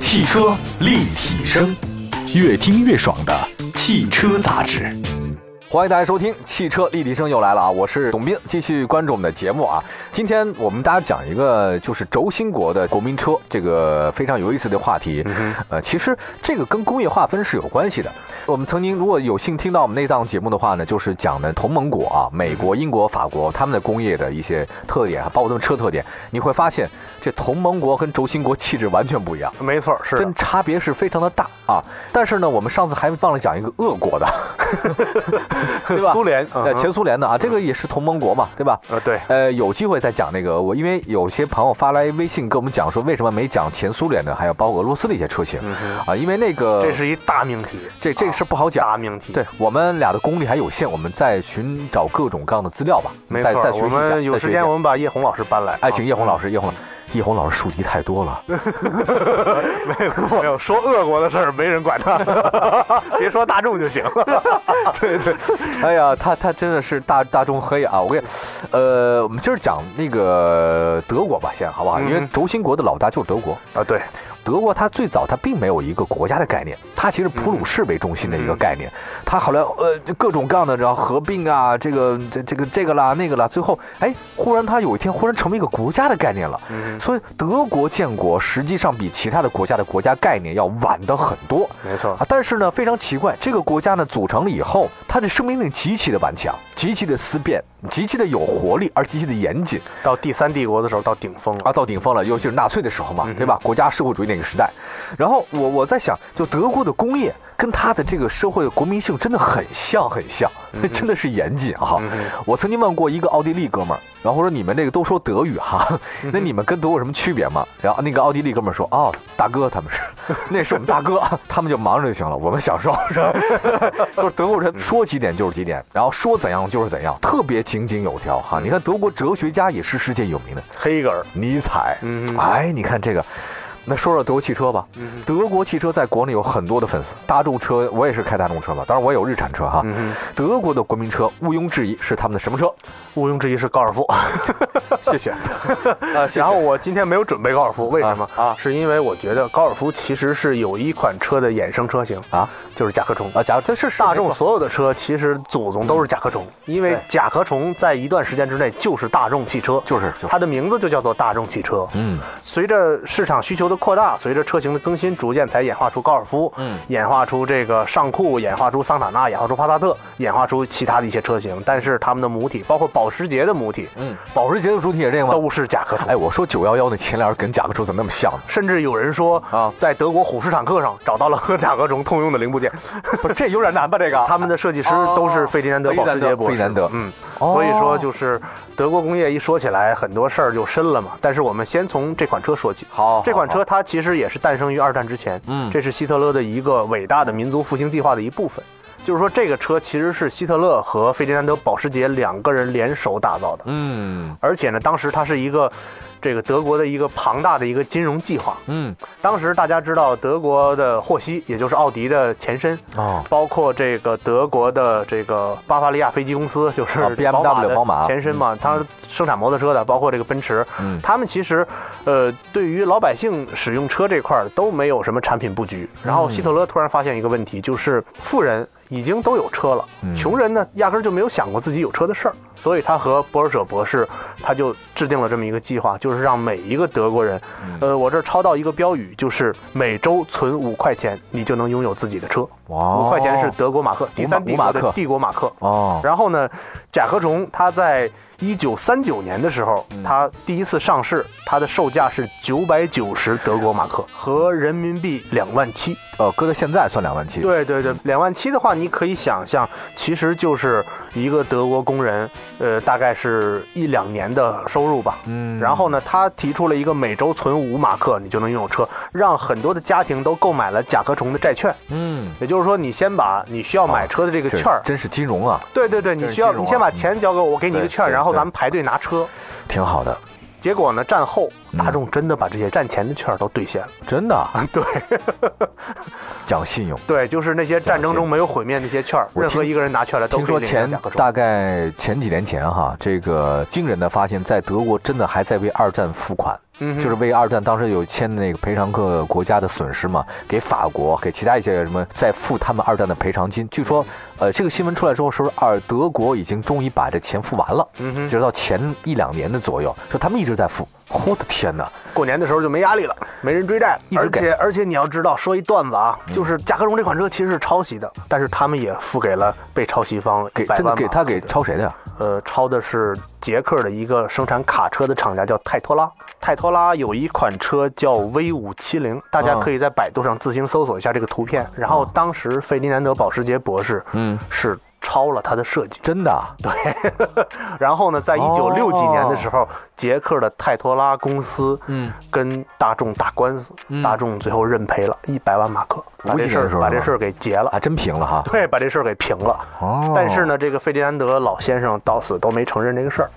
汽车立体声，越听越爽的汽车杂志。欢迎大家收听《汽车立体声》又来了啊！我是董斌，继续关注我们的节目啊。今天我们大家讲一个就是轴心国的国民车这个非常有意思的话题。呃，其实这个跟工业划分是有关系的。我们曾经如果有幸听到我们那档节目的话呢，就是讲的同盟国啊，美国、英国、法国他们的工业的一些特点，包括他们车特点，你会发现这同盟国跟轴心国气质完全不一样。没错，是真的差别是非常的大啊！但是呢，我们上次还忘了讲一个俄国的， 对吧？苏联呃，嗯哼前苏联的啊，这个也是同盟国嘛，对吧？呃对，呃，有机会再讲那个我，因为有些朋友发来微信跟我们讲说，为什么没讲前苏联的，还有包括俄罗斯的一些车型、啊？因为那个嗯这是一大命题，这这个啊是不好讲。大命题。对，我们俩的功力还有限，我们再寻找各种各样的资料吧，没再错再，学习我一下。们有再学时习一下间我们把叶红老师搬来，啊哎，请叶红老师。师，叶红老师，叶红老师树敌太多了。没有 没有，说俄国的事儿没人管他，别说大众就行了。 对对，哎呀，他他真的是大大众黑啊！我跟你，呃，我们今儿讲那个德国吧，先好不好？因为嗯轴心国的老大就是德国。啊，对，德国它最早它并没有一个国家的概念，它其实普鲁士为中心的一个概念。嗯它后来呃就各种各样的，然后合并啊，这个这这个这个啦那个啦，最后哎，忽然它有一天忽然成为一个国家的概念了。嗯，所以德国建国实际上比其他的国家的国家概念要晚的很多。没错，啊，但是呢，非常奇怪，这个国家呢组成了以后，它的生命力极其的顽强，极其的思变，极其的有活力，而极其的严谨到第三帝国的时候到顶峰了啊，。到顶峰了，尤其是纳粹的时候嘛嗯，哼对吧？国家社会主义那个时代，然后我我在想，就德国的工业跟它的这个社会的国民性真的很像，很像， 真的是严谨哈、嗯哼我曾经问过一个奥地利哥们儿，然后我说你们这个都说德语哈，嗯那你们跟德国有什么区别吗？然后那个奥地利哥们儿说，哦，大哥他们是，那是我们大哥， 他们就忙着就行了，我们享受是吧？ 就是德国人说几点就是几点，然后说怎样就是怎样，特别井井有条哈。你嗯看德国哲学家也是世界有名的黑格尔，尼采，嗯哼哎，你看这个。那说说德国汽车吧，嗯哼德国汽车在国内有很多的粉丝，大众车我也是开大众车嘛，当然我也有日产车哈。嗯德国的国民车毋庸置疑是他们的什么 车？毋庸置疑是高尔夫。 谢谢。啊，然后我今天没有准备高尔夫，为什么啊啊是因为我觉得高尔夫其实是有一款车的衍生车型啊，就是甲壳虫。啊，假如这是是大众没错所有的车其实祖宗都是甲壳虫，因为对甲壳虫在一段时间之内就是大众汽车，就是就是它的名字就叫做大众汽车。嗯，随着市场需求的扩大，随着车型的更新，逐渐才演化出高尔夫，嗯演化出这个尚酷，演化出桑塔纳，演化出帕萨特，演化出其他的一些车型。但是它们的母体，包括保时捷的母体，嗯，保时捷的主体也这个吗？都是甲壳虫。哎，我说九幺幺那前脸跟甲壳虫怎么那么像 呢？甚至有人说啊在德国虎式坦克上找到了和甲壳虫通用的零部件。不是，这有点难吧？这 个他们的设计师都是费迪南德哦·保时捷博士。费迪南德费迪嗯，哦所以说就是德国工业一说起来，很多事儿就深了嘛。但是我们先从这款车说起。好好这款嗯哦好车它其实也是诞生于二战之前，嗯这是希特勒的一个伟大的民族复兴计划的一部分。就是说，这个车其实是希特勒和费迪南德·保时捷两个人联手打造的。嗯而且呢，当时它是一个这个德国的一个庞大的一个金融计划。嗯当时大家知道，德国的霍希，也就是奥迪的前身，哦包括这个德国的这个巴伐利亚飞机公司，就是啊，BMW 宝马的宝马前身嘛，它生产摩托车的，包括这个奔驰，嗯他们其实，呃，对于老百姓使用车这块儿都没有什么产品布局。然嗯后希特勒突然发现一个问题，就是富人已经都有车了，嗯穷人呢压根儿就没有想过自己有车的事儿，所以他和博尔舍博士他就制定了这么一个计划，就是让每一个德国人，嗯呃，我这儿抄到一个标语，就是每周存五块钱，你就能拥有自己的车。哇哦五块钱是德国马克，第三帝国五马的克帝国马克。哦，然后呢，甲壳虫它在一九三九年的时候，嗯它第一次上市，它的售价是九百九十德国马克，合人民币两万七。呃，搁到现在算两万七，对对对，两万七的话，你可以想象，其实就是一个德国工人，呃，大概是一两年的收入吧。嗯然后呢，他提出了一个每周存五马克，你就能拥有车，让很多的家庭都购买了甲壳虫的债券。嗯，也就是说，你先把你需要买车的这个哦这券儿真是金融啊，对对对，这你是需要金融你啊先把钱交给我，我给你一个对券，对然后对咱们排队拿车。挺好的。结果呢，战后嗯大众真的把这些站前的券儿都兑现了。真的啊 对 讲信用。对，就是那些战争中没有毁灭那些券儿，我任何听一个人拿去了都听可以说领到前价格大中。概前几年前哈，这个惊人的发现，在德国真的还在为二战付款，嗯哼就是为二战当时有签那个赔偿各国家的损失嘛，给法国给其他一些什么在付他们二战的赔偿金。据说，呃，这个新闻出来之后，说是二德国已经终于把这钱付完了，嗯哼直到前一两年的左右，说他们一直在付。我的天哪！过年的时候就没压力了，没人追债一了。直而给嗯且而且你要知道，说一段子啊，就是甲壳虫这款车其实是抄袭的，但是他们也付给了被抄袭方给一百真万的吧。给他给抄谁的呀？呃，抄的是捷克的一个生产卡车的厂家，叫泰托拉。泰托拉有一款车叫 V 五七零，大家嗯可以在百度上自行搜索一下这个图片。然后当时费迪南德·保时捷博士，嗯，是抄了他的设计。真的啊？然后呢，在一九六几年哦的时候，捷克的泰托拉公司，嗯，跟大众打官司，大众最后认赔了一百万马克，把五几这事年的时候儿把是这吧事儿给结了啊，。真平了哈。对，把这事儿给平了。哦但是，呢，这个费迪南德老先生到死都没承认这个事儿。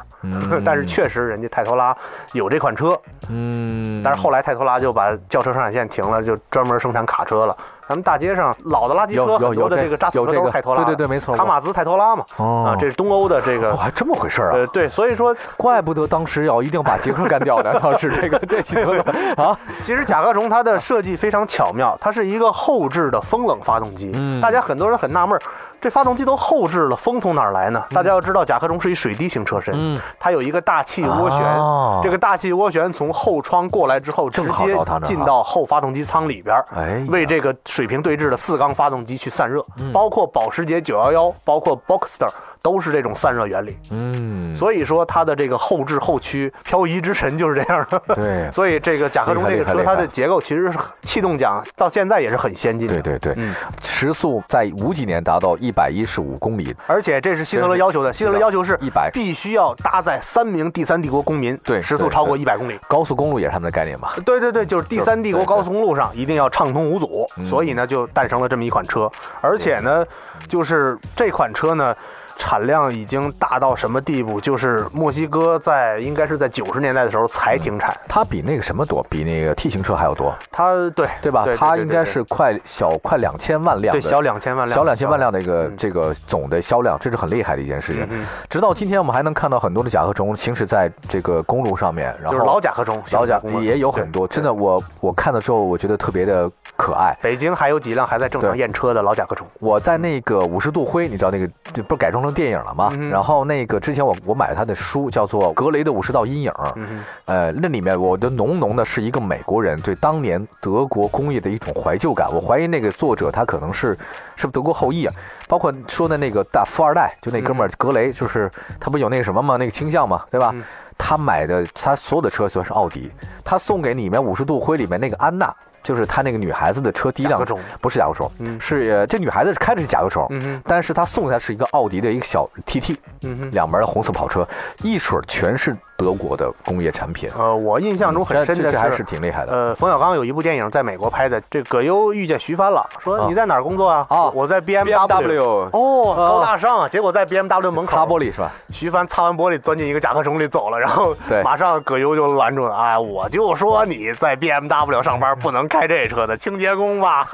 但是确实，人家泰托拉有这款车，嗯，但是后来泰托拉就把轿车生产线停了，就专门生产卡车了。咱们大街上老的垃圾有车有很有多的这这个渣土有车这都个是泰托拉的，对对对没错卡马兹泰托拉嘛，哦啊，这是东欧的这个哦，，还这么回事儿啊。呃，对，所以说怪不得当时要一定把杰克干掉 呢，难道是这个这几个啊？其实甲壳虫它的设计非常巧妙，它是一个后置的风冷发动机。嗯大家很多人很纳闷儿，这发动机都后置了，风从哪儿来呢？大家要知道，甲壳虫是一水滴型车身，嗯它有一个大气涡旋，哦这个大气涡旋从后窗过来之后，直正好接到它那儿啊进到后发动机舱里边儿，哎呀嗯为这个水平对置的四缸发动机去散热，包括保时捷911，包括 Boxster 都是这种散热原理。嗯，所以说它的这个后置后驱漂移之神就是这样的。对所以这个甲壳虫这个厉害厉害车，它的结构其实是气动桨到现在也是很先进的。对对对嗯，时速在五几年达到一百一十五公里，而且这是希特勒要求的，希特勒要求是100必须要搭载三名第三帝国公民，对时速对超过对一百公里。高速公路也是他们的概念吧？对对对，就是第三帝国就是对高速公路上一定要畅通无阻，嗯所以呢就诞生了这么一款车，而且呢，就是这款车呢。产量已经大到什么地步？就是墨西哥在应该是在九十年代的时候才停产，它比那个什么多，比那个 T 型车还要多，它对对吧？它应该是快小快两千万辆对的小两千万辆，小两千万辆的一个嗯这个总的销量，这是很厉害的一件事情嗯嗯。直到今天，我们还能看到很多的甲壳虫行驶在这个公路上面，然后就是老甲壳虫，老甲公啊也有很多，真的，我我看的时候，我觉得特别的可爱。北京还有几辆还在正常对验车的老甲壳虫，我在那个五十度灰，你知道那个这不是改装成电影了吗？嗯然后那个之前我我买了他的书，叫做《格雷的五十道阴影》。嗯呃，那里面我的浓浓的是一个美国人对当年德国工业的一种怀旧感。我怀疑那个作者他可能是是不是德国后裔啊？包括说的那个大富二代，就那哥们儿格雷，就是他不是有那个什么吗？那个倾向嘛，对吧？嗯他买的他所有的车全是奥迪，他送给里面五十度灰里面那个安娜。就是他那个女孩子的车，第一甲辆壳虫不是甲壳虫，嗯是呃这女孩子开的是甲壳虫，嗯哼但是她送给她是一个奥迪的一个小 TT，嗯哼。两门的红色跑车，一水儿全是德国的工业产品，呃，我印象中很深嗯这的这还是是，挺厉害的。呃，冯小刚有一部电影在美国拍的，这葛优遇见徐帆了，说啊你在哪儿工作啊？啊我在 BMW。 BMW 哦，啊高大上啊！结果在 BMW 门擦玻口，璃 是吧？徐帆擦完玻璃钻进一个甲壳虫里走了，然后对马上葛优就拦住了。哎，我就说你在 BMW 上班不能开这车的，清洁工吧？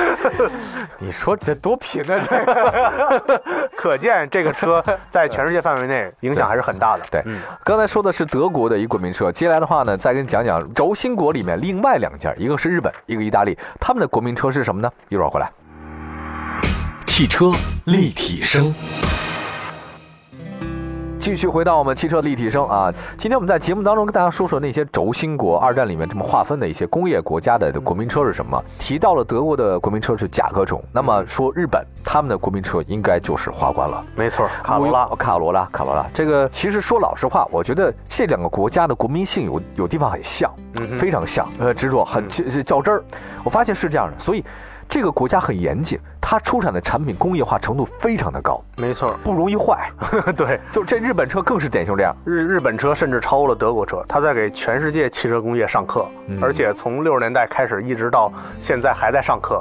你说这多贫啊！这个 可见这个车在全世界范围内影响还是很大的。对，刚才说的是德国的一个国民车，接下来的话呢，再跟你讲讲轴心国里面另外两家，一个是日本，一个意大利，他们的国民车是什么呢？一会儿回来。汽车立体声，继续回到我们汽车立体声啊，今天我们在节目当中跟大家说说那些轴心国二战里面这么划分的一些工业国家的国民车是什么。提到了德国的国民车是甲壳虫，那么说日本他们的国民车应该就是花冠了。没错，卡罗我拉有，卡罗拉，卡罗拉。这个其实说老实话，我觉得这两个国家的国民性有有地方很像，嗯哼嗯非常像，呃，执着，很较较真儿。我发现是这样的，所以这个国家很严谨，它出产的产品工业化程度非常的高，没错，不容易坏。 对，就这日本车更是典型这样。日日本车甚至超了德国车，它在给全世界汽车工业上课，嗯而且从六十年代开始一直到现在还在上课。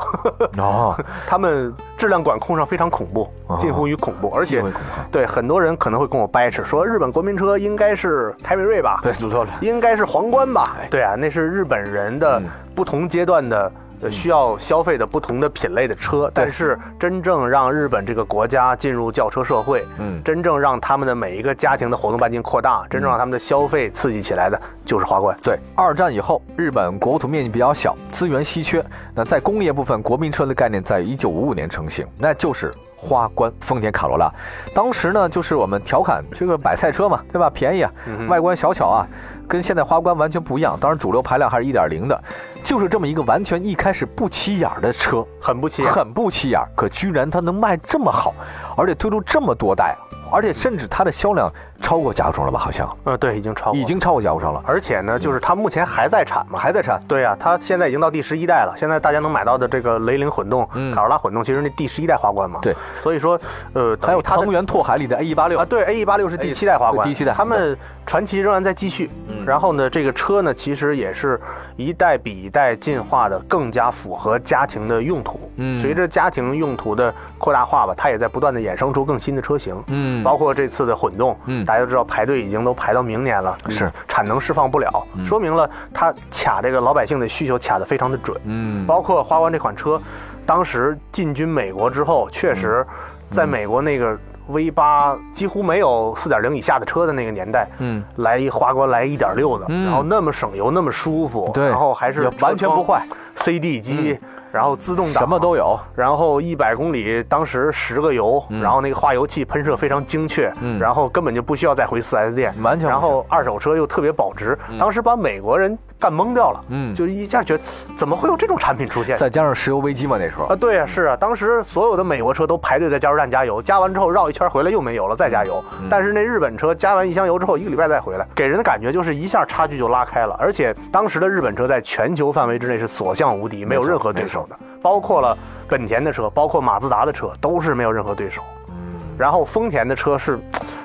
哦， 他们质量管控上非常恐怖啊，近乎于恐怖，而且近乎于恐怖对很多人可能会跟我掰扯说，日本国民车应该是凯美瑞吧，对，不错了。应该是皇冠吧？嗯对啊，那是日本人的不同阶段的。呃需要消费的不同的品类的车，但是真正让日本这个国家进入轿车社会，嗯真正让他们的每一个家庭的活动半径扩大，真正让他们的消费刺激起来的，就是花冠。对，二战以后，日本国土面积比较小，资源稀缺。那在工业部分，国民车的概念在一九五五年成型，那就是花冠丰田卡罗拉。当时呢，就是我们调侃这个买菜车嘛，对吧？便宜啊，外观小巧啊，跟现在花冠完全不一样。当然，主流排量还是一点零的，就是这么一个完全一开始不起眼儿的车，很不起眼，很不起眼儿，可居然它能卖这么好，而且推出这么多代，而且甚至它的销量超过甲骨虫了吧？好像 呃，对，已经超过已，经超过甲骨虫了。而且呢，就是它目前还在产嘛，还在产，对呀、啊它现在已经到第十一代了。现在大家能买到的这个雷凌混动、嗯卡罗拉混动，其实那第十一代花冠嘛。对，所以说，呃，还有它的藤原拓海里的 A 一八六啊，，对，A 1 8 6是第七代花冠，第七代嗯他们传奇仍然在继续。然后呢，这个车呢，其实也是一代比一代进化的更加符合家庭的用途。嗯随着家庭用途的扩大化吧，它也在不断的衍生出更新的车型。嗯包括这次的混动，嗯大家都知道排队已经都排到明年了，是嗯产能释放不了，说明了它卡这个老百姓的需求卡得非常的准。嗯，包括花冠这款车，当时进军美国之后，确实嗯在美国那个 V 八几乎没有4.0以下的车的那个年代，嗯，来一花冠来一点六的，嗯然后那么省油，那么舒服，对然后还是也完全不坏，CD 机，然后自动挡什么都有，然后一百公里，当时十个油，然后那个化油器喷射非常精确，嗯然后根本就不需要再回4 S 店，完全不需要然后二手车又特别保值，当时把美国人干懵掉了，嗯就一下觉得怎么会有这种产品出现？再加上石油危机嘛，那时啊，候，对呀、是啊，当时所有的美国车都排队在加油站加油，加完之后绕一圈回来又没油了，再加油。嗯但是那日本车加完一箱油之后，一个礼拜再回来，给人的感觉就是一下差距就拉开了。而且当时的日本车在全球范围之内是所向无敌，没有没错任何对手的，包括了本田的车，包括马自达的车，都是没有任何对手。嗯然后丰田的车是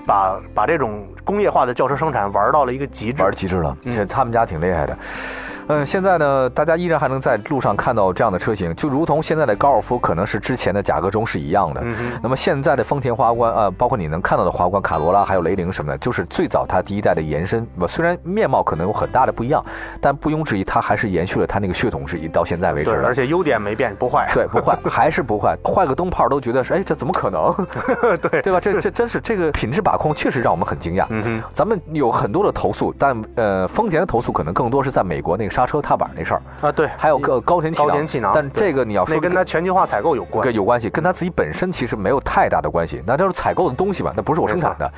把把这种工业化的轿车生产玩到了一个极致，玩极致了，嗯这他们家挺厉害的。嗯，现在呢，大家依然还能在路上看到这样的车型，就如同现在的高尔夫可能是之前的甲壳虫是一样的。嗯哼那么现在的丰田花冠，呃，包括你能看到的花冠、卡罗拉，还有雷凌什么的，就是最早它第一代的延伸。呃虽然面貌可能有很大的不一样，但毋庸置疑，它还是延续了它那个血统是一到现在为止对，的而。且优点没变，不坏。 对，不坏，还是不坏，坏个灯泡都觉得是，哎，这怎么可能？ 对对吧？这这真是这个品质把控，确实让我们很惊讶。嗯哼，咱们有很多的投诉，但呃，丰田的投诉可能更多是在美国那个刹车踏板那事儿，啊对，还有个高田气囊。高田气囊但对这个你要说那跟它全球化采购有关跟。有关系，跟它自己本身其实没有太大的关系。那就是采购的东西嘛，那不是我生产的。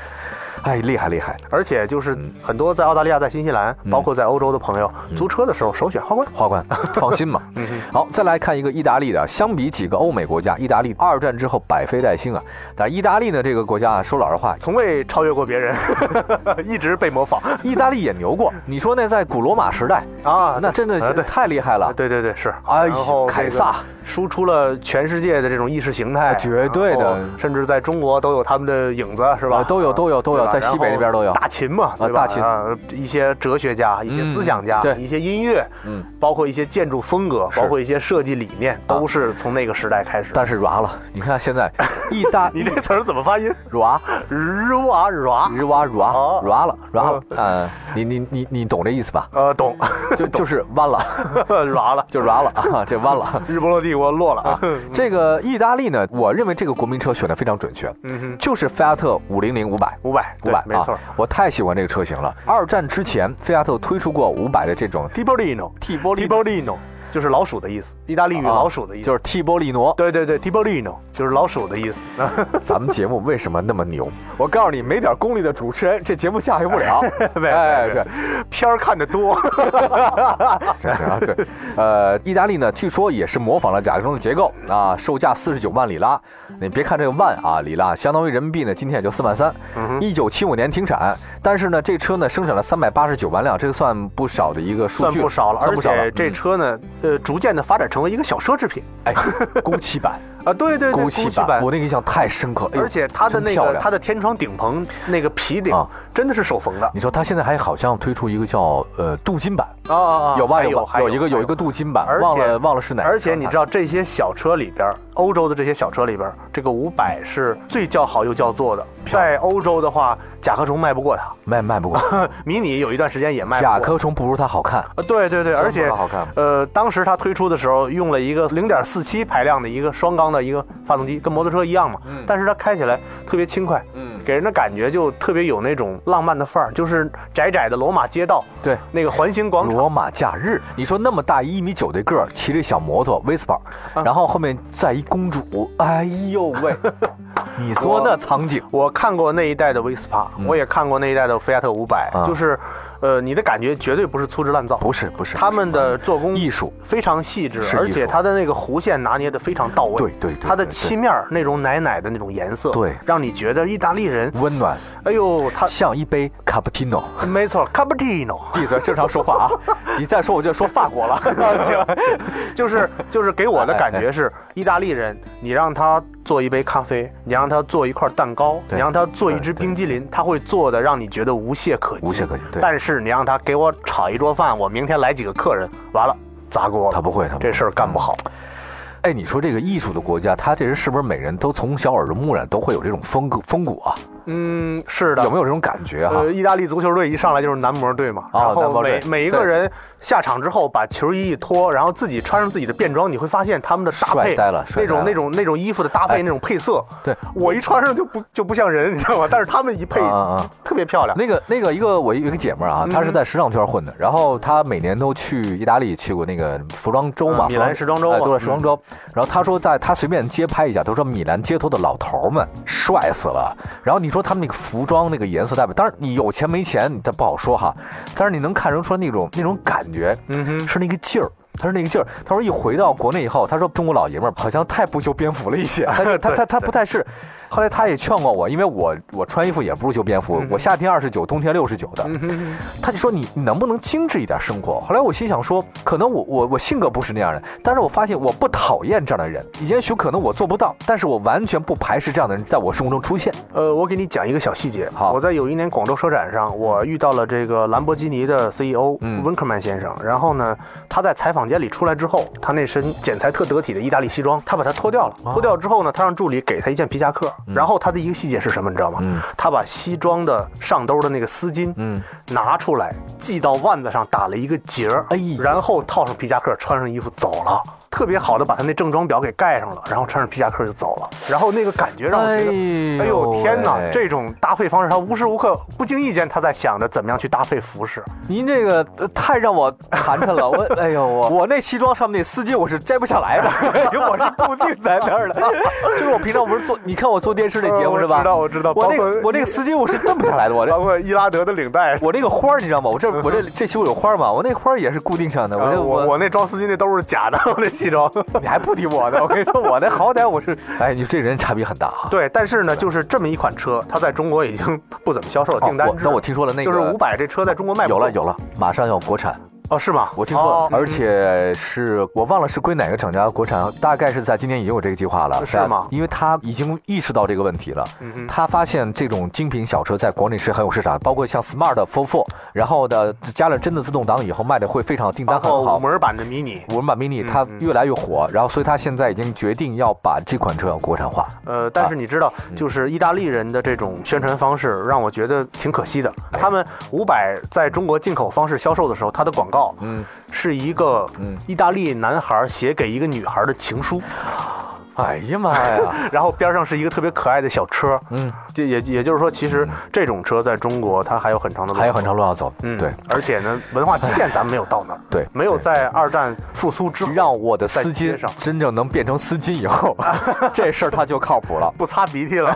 哎，厉害厉害！而且就是嗯很多在澳大利亚、在新西兰，包括在欧洲的朋友，租车的时候首选花冠。花 冠，放心嘛。嗯好，再来看一个意大利的，相比几个欧美国家，意大利二战之后百废待兴啊。但是意大利呢，这个国家啊，说老实话，从未超越过别 人，一直被模仿意大利也牛过。你说那在古罗马时代，啊！那真的啊是对太厉害了。对对对是。哎呀然后这个凯撒输出了全世界的这种意识形态，绝对的然后甚至在中国都有他们的影子，是吧？啊都有都有都有对吧在西北那边都有然后大秦嘛，对吧？大秦啊，一些哲学家、一些思想家、对一些音乐，嗯，包括一些建筑风格，是啊包括一些设计理念，都是从那个时代开始。但是软了，你看现在意大 你利这词儿怎么发音？软日啊日啊，日哇软哦软了软了，呃，你你你你懂这意思吧？呃，懂，就就是弯了， 软了，就软了啊，这弯了。日不落帝国落了啊。这个意大利呢，我认为这个国民车选的非常准确，嗯哼，就是菲亚特五零零五百。五百，五百，没错啊。，我太喜欢这个车型了。二战之前，菲亚特推出过五百的这种 t i b o l i n o T 波 t i b o l i n o 就是老鼠的意思，意大利语老鼠的意思。啊就是 T 波利诺。对对对 t i b o l i n o 就是老鼠的意思。咱们节目为什么那么牛？ 我告诉你，没点功力的主持人，这节目下去不 了。对哎，对，，片儿看的 多，是啊，对，呃，意大利呢，据说也是模仿了甲壳虫的结构啊，售价四十九万里拉。你别看这个万啊，里拉相当于人民币呢，今天也就四万三。嗯一九七五年停产，但是呢，这车呢生产了三百八十九万辆，这个算不少的一个数算据，不少了。嗯算而不少了嗯且这车呢，呃，逐渐的发展成为一个小奢侈品。哎，工期版啊，对 对对，枸枸杞杞版我那个印象太深刻了。哎呦而且它的真那漂个亮它的天窗顶棚那个皮顶啊真的是手缝的你说他现在还好像推出一个叫呃镀金版，啊啊啊！有吧还有吧，还有一个有一个镀金版而，且忘了忘了是哪个厂牌。而且你知道这些小车里边儿，欧洲的这些小车里边儿，这个五百是最叫好又叫座的。在欧洲的话，甲壳虫卖不过它，卖卖不过，迷你有一段时间也卖甲不过。壳虫不如它好看。呃，对对对，而且好看呃，当时它推出的时候用了一个零点四七排量的一个双缸的一个发动机，跟摩托车一样嘛，嗯但是它开起来特别轻快，嗯给人的感觉就特别有那种浪漫的范儿，就是窄窄的罗马街道，对，那个环形广场，罗马假日，你说那么大一米九的个儿，骑着小摩托 Vespa，啊然后后面再一公主，哎呦 喂，你说那场景，我看过那一代的 Vespa，、我也看过那一代的菲亚特五百、嗯啊就是，呃，你的感觉绝对不是粗制滥造，不是不是，他们的做工艺术非常细致是艺，术而且它的那个弧线拿捏的非常到位，对对对它的对对漆面儿那种奶奶的那种颜色，对让你觉得意大利人，温暖，哎呦，他像一杯 cappuccino。没错，cappuccino。闭嘴，正常说 话啊！你再说我就说法国了。行， 就是就是给我的感觉哎是，意大利人，你让他做一杯咖啡，你让他做一块蛋糕，对你让他做一只对对冰激凌，他会做的让你觉得无懈可击。无懈可击对但是你让他给我炒一桌饭，我明天来几个客人，完了砸锅了。他不会他不会这事儿干不好。哎，你说这个艺术的国家，他这人是不是每人都从小耳濡目染，都会有这种风骨风骨啊？嗯，是的。有没有这种感觉啊哈、呃，意大利足球队一上来就是男模队嘛，哦然男模后队每每一个对人下场之后把球衣一脱，然后自己穿上自己的便装，你会发现他们的搭帅配，呆了帅那呆种了那种那种衣服的搭配，哎那种配色，对我一穿上就不就不像人，你知道吗？但是他们一配啊啊啊特别漂亮。嗯那个那个一个我有一个姐们儿啊，她是在时尚圈混的，然后她每年都去意大利去过那个服装周嘛，嗯米兰服时装周嗯哎嘛都在时装周。然后她说在，她随便街拍一下，她说米兰街头的老头儿们帅死了。然后你说他们那个服装那个颜色代表，当然你有钱没钱他不好说哈，但是你能看出来那种那种感觉，嗯哼，是那个劲儿。他是那个劲儿，他说一回到国内以后，他说中国老爷们儿好像太不修边幅了一些， 他就他他他不太是。后来他也劝过我，因为我我穿衣服也不是修边幅，我夏天二十九，冬天六十九的。嗯哼，他就说你你能不能精致一点生活？后来我心想说，可能我我我性格不是那样的，但是我发现我不讨厌这样的人，也许可能我做不到，但是我完全不排斥这样的人在我生活中出现。呃，我给你讲一个小细节。好我在有一年广州车展上，我遇到了这个兰博基尼的 CEO 嗯温克曼先生。然后呢，他在采访间里出来之后，他那身剪裁特得体的意大利西装，他把它脱掉了。啊脱掉之后呢，他让助理给他一件皮夹克。然后他的一个细节是什么，你知道吗？嗯他把西装的上兜的那个丝巾，嗯，拿出来系到腕子上，打了一个结儿，哎呦然后套上皮夹克，穿上衣服走了，特别好的把他那正装表给盖上了，然后穿上皮夹克就走了，然后那个感觉让我觉得。哎哎呦天哪！喂这种搭配方式，他无时无刻不经意间他在想着怎么样去搭配服饰。您这个呃太让我寒碜 了，我哎呦我我那西装上面那丝巾我是摘不下来的， 因为我是固定在那儿的，就是我平常不是做，你看我做电视那节目是吧？我知道我知道嗯我那包括个我那个丝巾我是蹬不下来的，我 这包括伊拉德的领带，我那个花儿你知道吗？我这我这这袖有花儿嘛，我那花儿也是固定上嗯的，我呃这我我那装丝巾那都是假的，我 那西装。你还不提我呢，我跟你说我那好歹我是，哎你这人差别很大啊。对，但是呢，就是这么一款车，它在中国已经不怎么销售了，哦订单我制。那我听说了那个就是五百这车在中国卖不有了动有了，马上要国产，哦，是吗？我听说了，哦而且是我忘了是归哪个厂家国产，大概是在今年已经有这个计划了，是吗但因为他已经意识到这个问题了。嗯哼他发现这种精品小车在国内是很有市场，包括像 Smart Four Four，然后呢加了真的自动挡以后卖的会非常订单包很括好五。门版的迷你，五门版嗯 mini 它越来越火，然后所以它现在已经决定要把这款车要国产化。呃，但是啊你知道，嗯就是意大利人的这种宣传方式让我觉得挺可惜的。他们五百在中国进口方式销售的时候，它的广告，嗯，是一个嗯意大利男孩写给一个女孩的情书，哎呀妈呀！然后边上是一个特别可爱的小车。嗯，这也也就是说，其实这种车在中国它还有很长的 路，还有很。长路要走。嗯，对，，而且呢，文化积淀咱们没有到那儿， 对没有在二战复苏之后，让我的丝在街巾上真正能变成丝巾以 后，这事儿它就靠谱了。不擦鼻 涕了，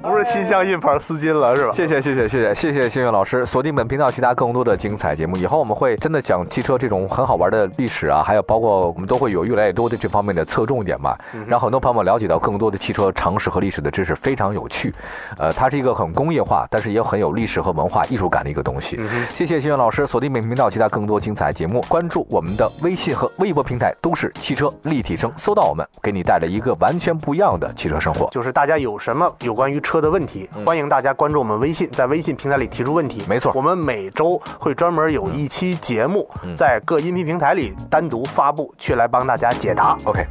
不是新疆印牌丝巾了，是吧？谢谢谢谢谢谢谢谢星月老师，锁定本频道其他更多的精彩节目。以后我们会真的讲汽车这种很好玩的历史啊，还有包括我们都会有越来越多的这方面的侧重一点嘛，让很多朋友们了解到更多的汽车常识和历史的知识，非常有趣。呃，它是一个很工业化，但是也很有历史和文化艺术感的一个东西。谢谢新源老师，锁定本频道，其他更多精彩节目，关注我们的微信和微博平台都是汽车立体声，搜到我们，给你带来一个完全不一样的汽车生活。就是大家有什么有关于车的问题，欢迎大家关注我们微信，在微信平台里提出问题。嗯没错我们每周会专门有嗯一期节目，在各音频平台里单独发布，去来帮大家解答。 OK，